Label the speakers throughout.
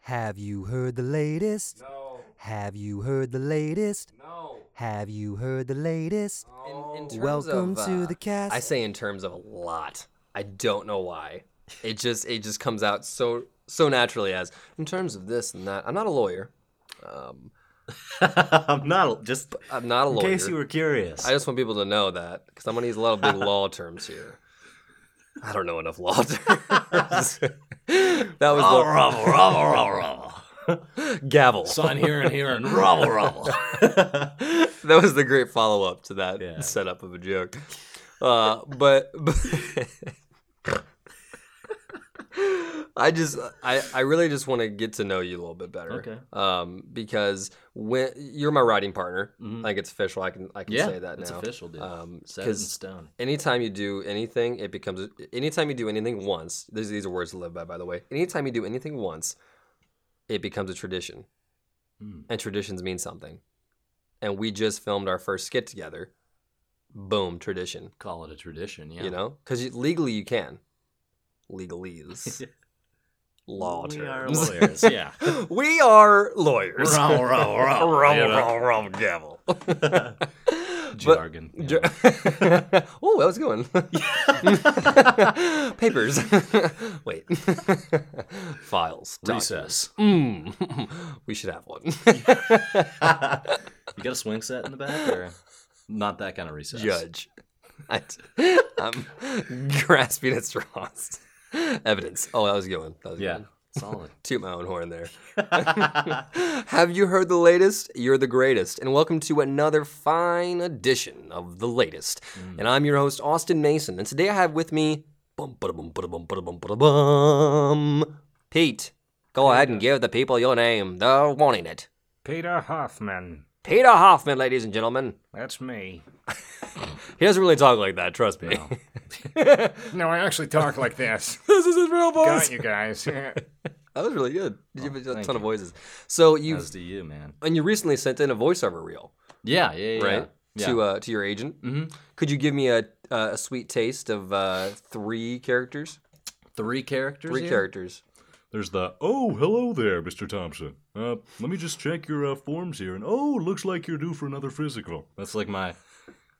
Speaker 1: Have you heard the latest?
Speaker 2: No.
Speaker 1: Have you heard the latest?
Speaker 2: No.
Speaker 1: Have you heard the latest?
Speaker 3: Oh.
Speaker 4: In, in terms
Speaker 1: Welcome
Speaker 4: of,
Speaker 1: to
Speaker 4: uh,
Speaker 1: the cast.
Speaker 4: I say in terms of a lot. I don't know why. It just it just comes out so so naturally as in terms of this and that. I'm not a lawyer. Um,
Speaker 3: I'm not just
Speaker 4: I'm not a
Speaker 3: in
Speaker 4: lawyer.
Speaker 3: case you were curious.
Speaker 4: I just want people to know that because I'm gonna use a lot of big law terms here. I don't know enough law terms. that was
Speaker 3: Rubble,
Speaker 4: the
Speaker 3: rubble, rubble, rubble, rubble.
Speaker 4: gavel.
Speaker 5: Sign here and here and
Speaker 3: Rubble, rubble.
Speaker 4: that was the great follow up to that
Speaker 3: Yeah.
Speaker 4: setup of a joke. Uh, but, but I just I, I really just want to get to know you a little bit better.
Speaker 3: Okay.
Speaker 4: Um, because when you're my writing partner,
Speaker 3: Mhm.
Speaker 4: I think it's official. I can I can
Speaker 5: Mm-hmm. yeah,
Speaker 4: say that
Speaker 5: it's
Speaker 4: now.
Speaker 5: official, dude.
Speaker 4: Um,
Speaker 5: Set in
Speaker 4: 'cause
Speaker 5: stone.
Speaker 4: anytime you do anything, it becomes anytime you do anything once. These these are words to live by, by the way. Anytime you do anything once, it becomes a tradition,
Speaker 5: Hmm.
Speaker 4: and traditions mean something. And we just filmed our first skit together. Boom, tradition.
Speaker 5: Call it a tradition. Yeah.
Speaker 4: You know, because legally you can. Legalese. Law
Speaker 3: We are
Speaker 4: terms.
Speaker 3: lawyers,
Speaker 5: yeah.
Speaker 4: we are lawyers.
Speaker 3: Rubble, rubble, rubble, you know?
Speaker 4: rum, gavel. But-
Speaker 5: Jargon.
Speaker 4: oh,
Speaker 5: yeah.
Speaker 4: that was a good one. Papers. Wait. Files. documents.
Speaker 5: Recess.
Speaker 4: Mm. we should have one.
Speaker 5: You got a swing set in the back, or not that kind of recess?
Speaker 4: Judge. I, am grasping at straws. Evidence. Oh, that was a good one. That was a good
Speaker 5: Yeah.
Speaker 4: one.
Speaker 5: Solid.
Speaker 4: Toot my own horn there. Have you heard the latest? You're the greatest. And welcome to another fine edition of The Latest. And I'm your host, Austin Mason. And today I have with me bum, ba-da-bum, ba-da-bum, ba-da-bum, ba-da-bum, Pete. Go ahead and give the people your name. They're wanting it.
Speaker 2: Peter Hoffman.
Speaker 4: Peter Hoffman, ladies and gentlemen.
Speaker 2: That's me.
Speaker 4: He doesn't really talk like that, trust me.
Speaker 2: No, I actually talk like this.
Speaker 4: this is his real
Speaker 2: Got
Speaker 4: voice.
Speaker 2: you guys. Uh-huh.
Speaker 4: That was really good. You have a ton
Speaker 5: Oh, thank
Speaker 4: of
Speaker 5: you.
Speaker 4: voices. So you
Speaker 5: As do you, man.
Speaker 4: and you recently sent in a voiceover reel.
Speaker 5: Yeah, yeah, yeah.
Speaker 4: right?
Speaker 5: Yeah.
Speaker 4: To uh, to your agent. Mm-hmm. Could you give me a uh, a sweet taste of uh, three characters?
Speaker 5: Three characters.
Speaker 4: Three
Speaker 5: here?
Speaker 4: characters.
Speaker 3: There's the oh hello there, Mr. Thompson. Uh, let me just check your uh, forms here, and oh, looks like you're due for another physical.
Speaker 5: That's like my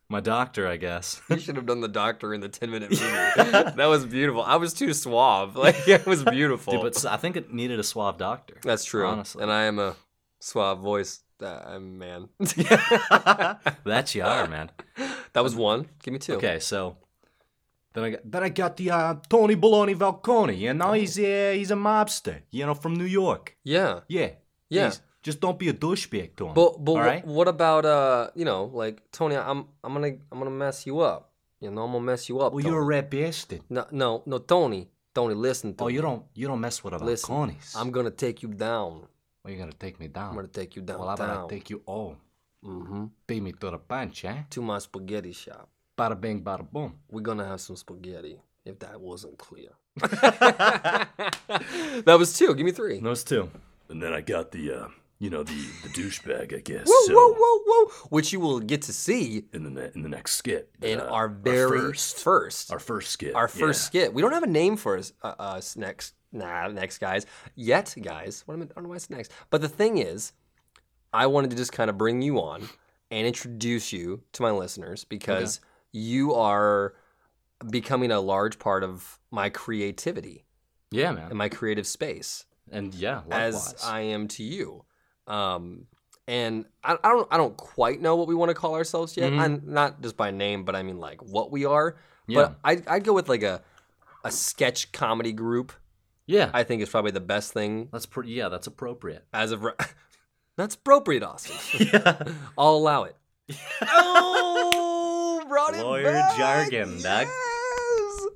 Speaker 5: my doctor, I guess.
Speaker 4: You should have done the doctor in the ten minute movie. that was beautiful. I was too suave. Like it was beautiful.
Speaker 5: Dude, but I think it needed a suave doctor.
Speaker 4: That's true.
Speaker 5: Honestly.
Speaker 4: And I am a suave voice. Uh, I'm man.
Speaker 5: That you are, man.
Speaker 4: that was one. Give me two.
Speaker 5: Okay, so then I got then I got the uh, Tony Bologna Valcone. You know, he's uh, he's a mobster. You know, from New York.
Speaker 4: Yeah.
Speaker 5: Yeah.
Speaker 4: Yeah.
Speaker 5: He's- Just don't be a douchebag to him.
Speaker 4: But but
Speaker 5: all
Speaker 4: wh-
Speaker 5: right?
Speaker 4: what about uh you know like Tony? I'm I'm gonna I'm gonna mess you up. You know I'm gonna mess you up.
Speaker 5: well,
Speaker 4: Tony.
Speaker 5: you're a rat bastard.
Speaker 4: no no no Tony Tony listen to
Speaker 5: Oh,
Speaker 4: me.
Speaker 5: you don't you don't mess with a
Speaker 4: Listen,
Speaker 5: Valcones.
Speaker 4: I'm gonna take you down.
Speaker 5: Well, you're gonna take me down.
Speaker 4: I'm gonna take you
Speaker 5: well, I'm gonna
Speaker 4: downtown
Speaker 5: take you all.
Speaker 4: Mhm.
Speaker 5: Beat me to the punch, eh?
Speaker 4: to my spaghetti shop.
Speaker 5: Bada bing, bada boom.
Speaker 4: We're gonna have some spaghetti. If that wasn't clear, that was two. Give me three.
Speaker 5: Those two.
Speaker 3: And then I got the uh, you know the the douchebag, I guess.
Speaker 4: Whoa,
Speaker 3: so,
Speaker 4: whoa, whoa, whoa! Which you will get to see
Speaker 3: In the ne- in the next skit.
Speaker 4: in
Speaker 3: uh,
Speaker 4: our very
Speaker 3: first,
Speaker 4: first, first
Speaker 3: our first skit.
Speaker 4: our
Speaker 3: yeah.
Speaker 4: first skit. We don't have a name for us, uh, us next. Nah, next guys. Yet, guys. What am I, I don't know why it's next. But the thing is, I wanted to just kind of bring you on and introduce you to my listeners because you are becoming a large part of my creativity
Speaker 5: Yeah,
Speaker 4: and
Speaker 5: man.
Speaker 4: my creative space
Speaker 5: And yeah,
Speaker 4: as
Speaker 5: likewise.
Speaker 4: I am to you. Um, and I, I don't I don't quite know what we want to call ourselves yet.
Speaker 5: Mhm.
Speaker 4: I'm not just by name, but I mean like what we are.
Speaker 5: Yeah.
Speaker 4: But I I'd go with like a a sketch comedy group.
Speaker 5: yeah.
Speaker 4: I think is probably the best thing
Speaker 5: that's pretty. Yeah, that's appropriate.
Speaker 4: as of. ri- That's appropriate, Austin. I'll allow it. oh, brought it
Speaker 5: Lawyer
Speaker 4: back.
Speaker 5: jargon, Doug.
Speaker 4: Yes.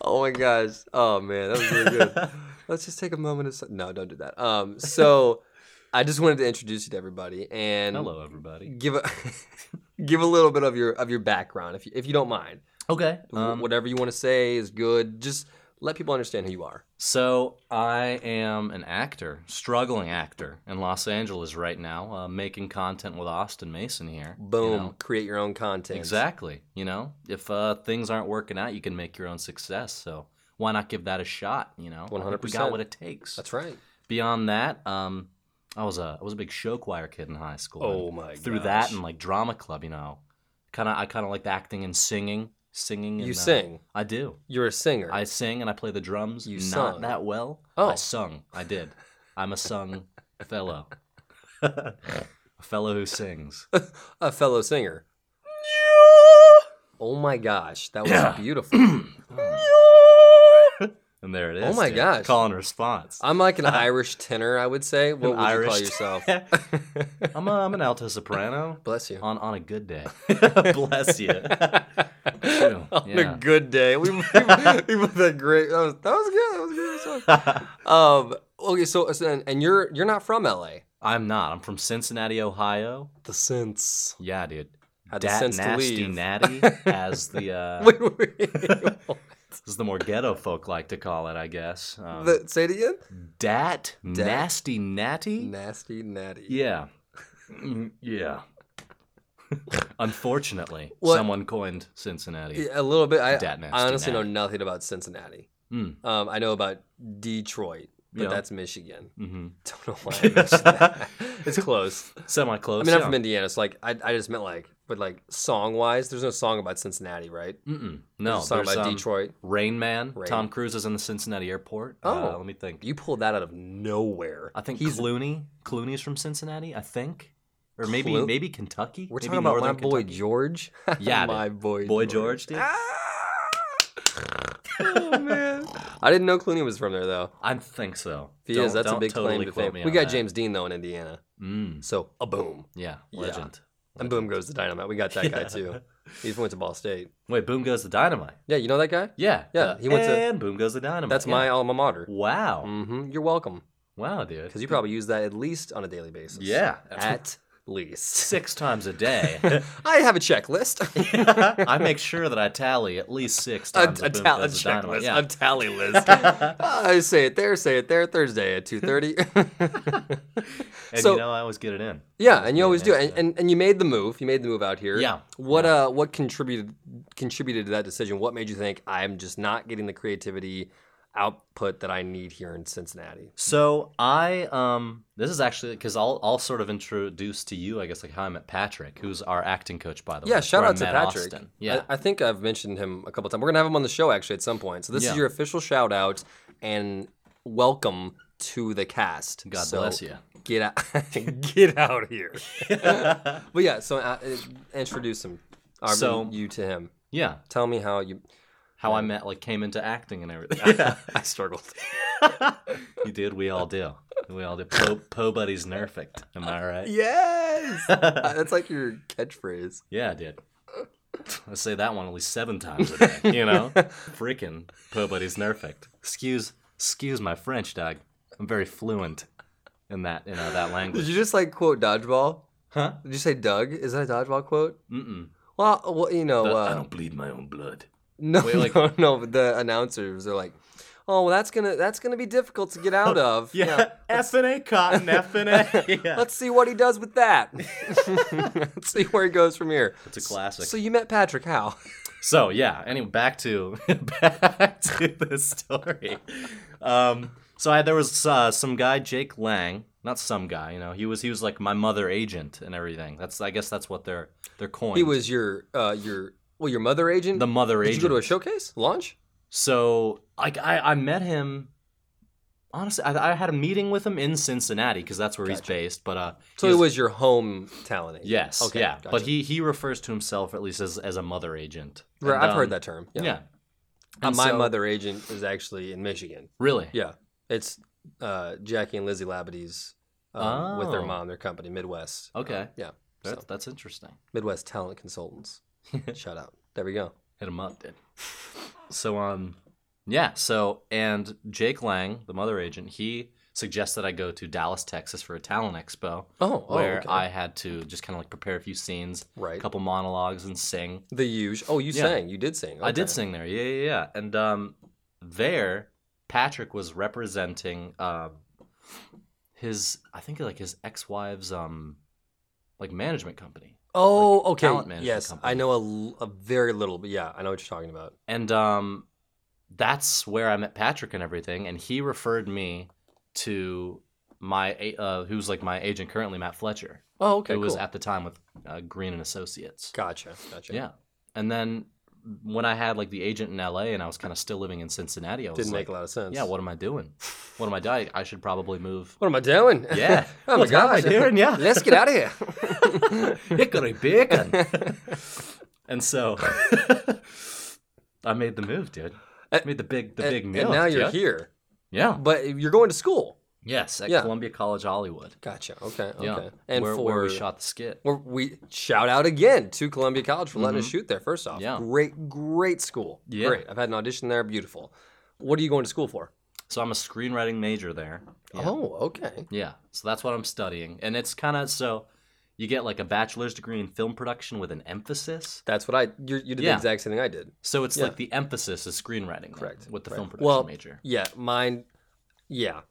Speaker 4: Oh my gosh. Oh man, that was really good. Let's just take a moment of si- no, don't do that. Um, so I just wanted to introduce you to everybody and
Speaker 5: Hello, everybody.
Speaker 4: give a give a little bit of your of your background if you, if you don't mind.
Speaker 5: Okay.
Speaker 4: Wh-
Speaker 5: Um,
Speaker 4: Whatever you want to say is good. Just let people understand who you are.
Speaker 5: so I am an actor, struggling actor in Los Angeles right now, uh, making content with Austin Mason here. you
Speaker 4: Boom.
Speaker 5: know.
Speaker 4: Create your own content.
Speaker 5: Exactly. You know, if uh, things aren't working out, you can make your own success. So why not give that a shot? You know, I think we
Speaker 4: 100%.
Speaker 5: got what it takes.
Speaker 4: That's right.
Speaker 5: Beyond that, um, I was a I was a big show choir kid in high school. and
Speaker 4: Oh my
Speaker 5: Through
Speaker 4: gosh.
Speaker 5: that and like drama club, you know, kind of I kind of liked acting and singing, singing. And,
Speaker 4: You
Speaker 5: uh,
Speaker 4: sing.
Speaker 5: I do.
Speaker 4: You're a singer.
Speaker 5: I sing and I play the drums.
Speaker 4: You
Speaker 5: not
Speaker 4: sung.
Speaker 5: that well.
Speaker 4: Oh.
Speaker 5: I sung. I did. I'm a sung fellow. a fellow who sings.
Speaker 4: a fellow singer. Oh my gosh, that was beautiful.
Speaker 5: And there it
Speaker 4: Oh
Speaker 5: is.
Speaker 4: my
Speaker 5: dude.
Speaker 4: gosh.
Speaker 5: Call and response.
Speaker 4: I'm like an Irish tenor, I would say. What
Speaker 5: Uh-huh. An
Speaker 4: would you call
Speaker 5: Irish-
Speaker 4: yourself?
Speaker 5: I'm, a, I'm an alto soprano
Speaker 4: Bless you.
Speaker 5: on on a good day. Bless you. True.
Speaker 4: On
Speaker 5: Yeah.
Speaker 4: a good day. We, we, we put that great. That was, that was good. That was a good. song. um. Okay. So, so- and, and you're you're not from LA.
Speaker 5: I'm not. I'm from Cincinnati, Ohio.
Speaker 4: The sense.
Speaker 5: Yeah, dude.
Speaker 4: Had the
Speaker 5: Dat
Speaker 4: sense to
Speaker 5: nasty
Speaker 4: leave.
Speaker 5: natty, as the uh,
Speaker 4: Wait, wait, wait.
Speaker 5: as the more ghetto folk like to call it, I guess. Um,
Speaker 4: The- say it again.
Speaker 5: dat, nasty natty.
Speaker 4: Nasty natty.
Speaker 5: Yeah. Mm, yeah. Unfortunately,
Speaker 4: What-
Speaker 5: someone coined Cincinnati.
Speaker 4: Yeah, a little bit. I,
Speaker 5: Dat nasty
Speaker 4: I honestly
Speaker 5: natty.
Speaker 4: know nothing about Cincinnati.
Speaker 5: Mm,
Speaker 4: Um, I know about Detroit, but
Speaker 5: Yeah.
Speaker 4: that's Michigan.
Speaker 5: mhm.
Speaker 4: Don't know why I mentioned that. It's close.
Speaker 5: Semi close.
Speaker 4: I mean, I'm from Indiana, so like, I, I just meant like, but like song wise, there's no song about Cincinnati, right?
Speaker 5: Mm-mm. No,
Speaker 4: There's a song
Speaker 5: there's,
Speaker 4: about
Speaker 5: um,
Speaker 4: Detroit.
Speaker 5: Rain Man.
Speaker 4: Rain.
Speaker 5: Tom Cruise is in the Cincinnati airport.
Speaker 4: Oh.
Speaker 5: Uh, let me think.
Speaker 4: You pulled that out of nowhere.
Speaker 5: I think
Speaker 4: he's.
Speaker 5: Clooney. Clooney's from Cincinnati, I think. Or maybe
Speaker 4: Clo-
Speaker 5: maybe Kentucky.
Speaker 4: we're
Speaker 5: Maybe
Speaker 4: talking about my
Speaker 5: Northern
Speaker 4: boy
Speaker 5: Kentucky.
Speaker 4: George.
Speaker 5: Yeah,
Speaker 4: my
Speaker 5: dude.
Speaker 4: boy. Ah!
Speaker 5: Boy George, dude.
Speaker 4: oh man, I didn't know Clooney was from there though.
Speaker 5: I think so.
Speaker 4: If he
Speaker 5: Don't-
Speaker 4: is, that's a
Speaker 5: don't
Speaker 4: big
Speaker 5: totally
Speaker 4: claim to
Speaker 5: quote
Speaker 4: fame.
Speaker 5: me
Speaker 4: We
Speaker 5: on
Speaker 4: got
Speaker 5: that.
Speaker 4: James Dean though in Indiana,
Speaker 5: Mm,
Speaker 4: so a boom.
Speaker 5: yeah,
Speaker 4: Yeah.
Speaker 5: legend.
Speaker 4: And boom goes the dynamite. We got that guy too. He went to Ball State.
Speaker 5: Wait, Boom Goes the Dynamite.
Speaker 4: Yeah, you know that guy?
Speaker 5: Yeah.
Speaker 4: Yeah, he went to-
Speaker 5: and Boom Goes the Dynamite.
Speaker 4: That's
Speaker 5: Mm, yeah.
Speaker 4: my alma mater.
Speaker 5: Wow.
Speaker 4: hmm You're welcome.
Speaker 5: Wow, dude.
Speaker 4: Because you probably use that at least on a daily basis.
Speaker 5: Yeah.
Speaker 4: At least.
Speaker 5: six times a day.
Speaker 4: I have a checklist.
Speaker 5: I make sure that I tally at least six
Speaker 4: a,
Speaker 5: times.
Speaker 4: a,
Speaker 5: the boom
Speaker 4: tal- a
Speaker 5: goes the dynamite.
Speaker 4: checklist. Um,
Speaker 5: Yeah.
Speaker 4: A tally list. I say it there, say it there, Thursday at 2.30.
Speaker 5: and
Speaker 4: so-
Speaker 5: you know I always get it in.
Speaker 4: yeah, and you
Speaker 5: Yeah,
Speaker 4: always do.
Speaker 5: that's
Speaker 4: And, and, and you made the move. You made the move out here.
Speaker 5: Yeah,
Speaker 4: What uh what contributed contributed to that decision? What made you think I'm just not getting the creativity output that I need here in Cincinnati?
Speaker 5: So I um this is actually because I'll I'll sort of introduce to you I guess like how I met Patrick who's our acting coach by the way
Speaker 4: Yeah, shout
Speaker 5: where I
Speaker 4: out to
Speaker 5: met
Speaker 4: Patrick.
Speaker 5: Austin. yeah
Speaker 4: I, I think I've mentioned him a couple times. We're gonna have him on the show actually at some point. So this
Speaker 5: Yeah.
Speaker 4: is your official shout out and welcome to the cast.
Speaker 5: God
Speaker 4: So
Speaker 5: bless you
Speaker 4: Get out, get out here. but yeah, so uh, uh, introduce him. Or
Speaker 5: So-
Speaker 4: you to him.
Speaker 5: yeah
Speaker 4: Tell me how you.
Speaker 5: how I met like came into acting and everything yeah
Speaker 4: I struggled.
Speaker 5: you did we all do we all do Poe po buddies nerfect am I right
Speaker 4: yes, Uh, that's like your catchphrase.
Speaker 5: Yeah, I did. I say that one at least seven times a day, you know? Freaking Po Buddy's Nerfect. Excuse excuse my French, dog. I'm very fluent in that you know that
Speaker 4: Did
Speaker 5: language.
Speaker 4: you just like quote dodgeball?
Speaker 5: Huh?
Speaker 4: Did you say Doug? Is that a dodgeball quote?
Speaker 5: Mm-mm.
Speaker 4: Well, well you know.
Speaker 5: I
Speaker 4: uh,
Speaker 5: don't bleed my own blood.
Speaker 4: No,
Speaker 5: Wait, like-
Speaker 4: no, no. but The announcers are like, "Oh, well, that's gonna that's gonna be difficult to get out of."
Speaker 5: F and A cotton, F and A. Yeah.
Speaker 4: Let's see what he does with that. Let's see where he goes from here.
Speaker 5: It's a classic.
Speaker 4: So you met Patrick How?
Speaker 5: So yeah. Anyway, back to back to this story. Um, so I, there was uh, some guy, Jake Lang. Not some guy, you know. He was he was like my mother agent and everything. That's I guess that's what they're they're coined.
Speaker 4: He was your uh your well your mother agent.
Speaker 5: the mother
Speaker 4: Did
Speaker 5: agent.
Speaker 4: you go to a showcase launch?
Speaker 5: so like I, I met him. Honestly, I, I had a meeting with him in Cincinnati because that's where he's based. But uh,
Speaker 4: So
Speaker 5: he
Speaker 4: it was your home talent. agent.
Speaker 5: yes,
Speaker 4: Okay,
Speaker 5: yeah. But
Speaker 4: gotcha.
Speaker 5: he he refers to himself at least as as a mother agent.
Speaker 4: Right,
Speaker 5: And,
Speaker 4: I've
Speaker 5: um,
Speaker 4: heard that term. Yeah.
Speaker 5: Yeah,
Speaker 4: Uh,
Speaker 5: And
Speaker 4: my
Speaker 5: so-
Speaker 4: mother agent is actually in Michigan.
Speaker 5: really.
Speaker 4: Yeah, it's uh, Jackie and Lizzie Labady's um, with their
Speaker 5: Oh.
Speaker 4: mom, their company, Midwest.
Speaker 5: Okay,
Speaker 4: Um, Yeah,
Speaker 5: that's, that's interesting.
Speaker 4: Midwest Talent Consultants. Shout out. There we go.
Speaker 5: Hit him up, dude. So um, yeah. So and Jake Lang, the mother agent, he suggested I go to Dallas, Texas for a talent expo.
Speaker 4: Oh, oh,
Speaker 5: where
Speaker 4: okay.
Speaker 5: I had to just kind of like prepare a few scenes,
Speaker 4: Right.
Speaker 5: a couple monologues, and sing.
Speaker 4: The usual. Oh, you
Speaker 5: Yeah.
Speaker 4: sang. You did sing.
Speaker 5: I did
Speaker 4: Okay.
Speaker 5: sing there. Yeah, yeah, yeah. And um, there, Patrick was representing um, his, I think like his ex-wife's um, like management company.
Speaker 4: Oh, okay.
Speaker 5: talent management
Speaker 4: yes, I
Speaker 5: company.
Speaker 4: know a l- a, very little, but yeah, I know what you're talking about.
Speaker 5: And um, that's where I met Patrick and everything. And he referred me to my a- uh, who's like my agent currently, Matt Fletcher,
Speaker 4: Oh, okay.
Speaker 5: who was
Speaker 4: cool.
Speaker 5: at the time with uh, Green and Associates.
Speaker 4: Gotcha. Gotcha.
Speaker 5: Yeah, and then when I had like the agent in L.A. and I was kind of still living in Cincinnati, I was
Speaker 4: Didn't
Speaker 5: like,
Speaker 4: make a lot of sense.
Speaker 5: yeah, what am I doing? What am I doing? I should probably move.
Speaker 4: What am I doing?
Speaker 5: Yeah.
Speaker 4: oh my
Speaker 5: What am I
Speaker 4: gosh.
Speaker 5: doing? Yeah.
Speaker 4: Let's get out of here.
Speaker 5: Hickory bacon. and so I made the move, dude.
Speaker 4: Uh,
Speaker 5: made the big the
Speaker 4: and,
Speaker 5: big
Speaker 4: and
Speaker 5: move.
Speaker 4: now you're
Speaker 5: dude.
Speaker 4: here,
Speaker 5: Yeah.
Speaker 4: but you're going to school.
Speaker 5: Yes, at
Speaker 4: Yeah.
Speaker 5: Columbia College Hollywood.
Speaker 4: Gotcha. Okay. Okay.
Speaker 5: Yeah.
Speaker 4: And
Speaker 5: where,
Speaker 4: for
Speaker 5: where we shot the skit.
Speaker 4: where we shout out again to Columbia College for letting us shoot there. First off,
Speaker 5: Mm-hmm. Yeah.
Speaker 4: great, great school.
Speaker 5: Yeah.
Speaker 4: Great. I've had an audition there. Beautiful. What are you going to school for?
Speaker 5: So I'm a screenwriting major there. Yeah.
Speaker 4: Oh, okay.
Speaker 5: Yeah. So that's what I'm studying. And it's kind of so you get like a bachelor's degree in film production with an emphasis.
Speaker 4: That's what I. You, you did the
Speaker 5: Yeah.
Speaker 4: exact same thing I did.
Speaker 5: So it's
Speaker 4: Yeah.
Speaker 5: like the emphasis is screenwriting. then,
Speaker 4: Correct.
Speaker 5: With the
Speaker 4: Right.
Speaker 5: film production
Speaker 4: Well,
Speaker 5: major.
Speaker 4: Yeah, mine. Yeah.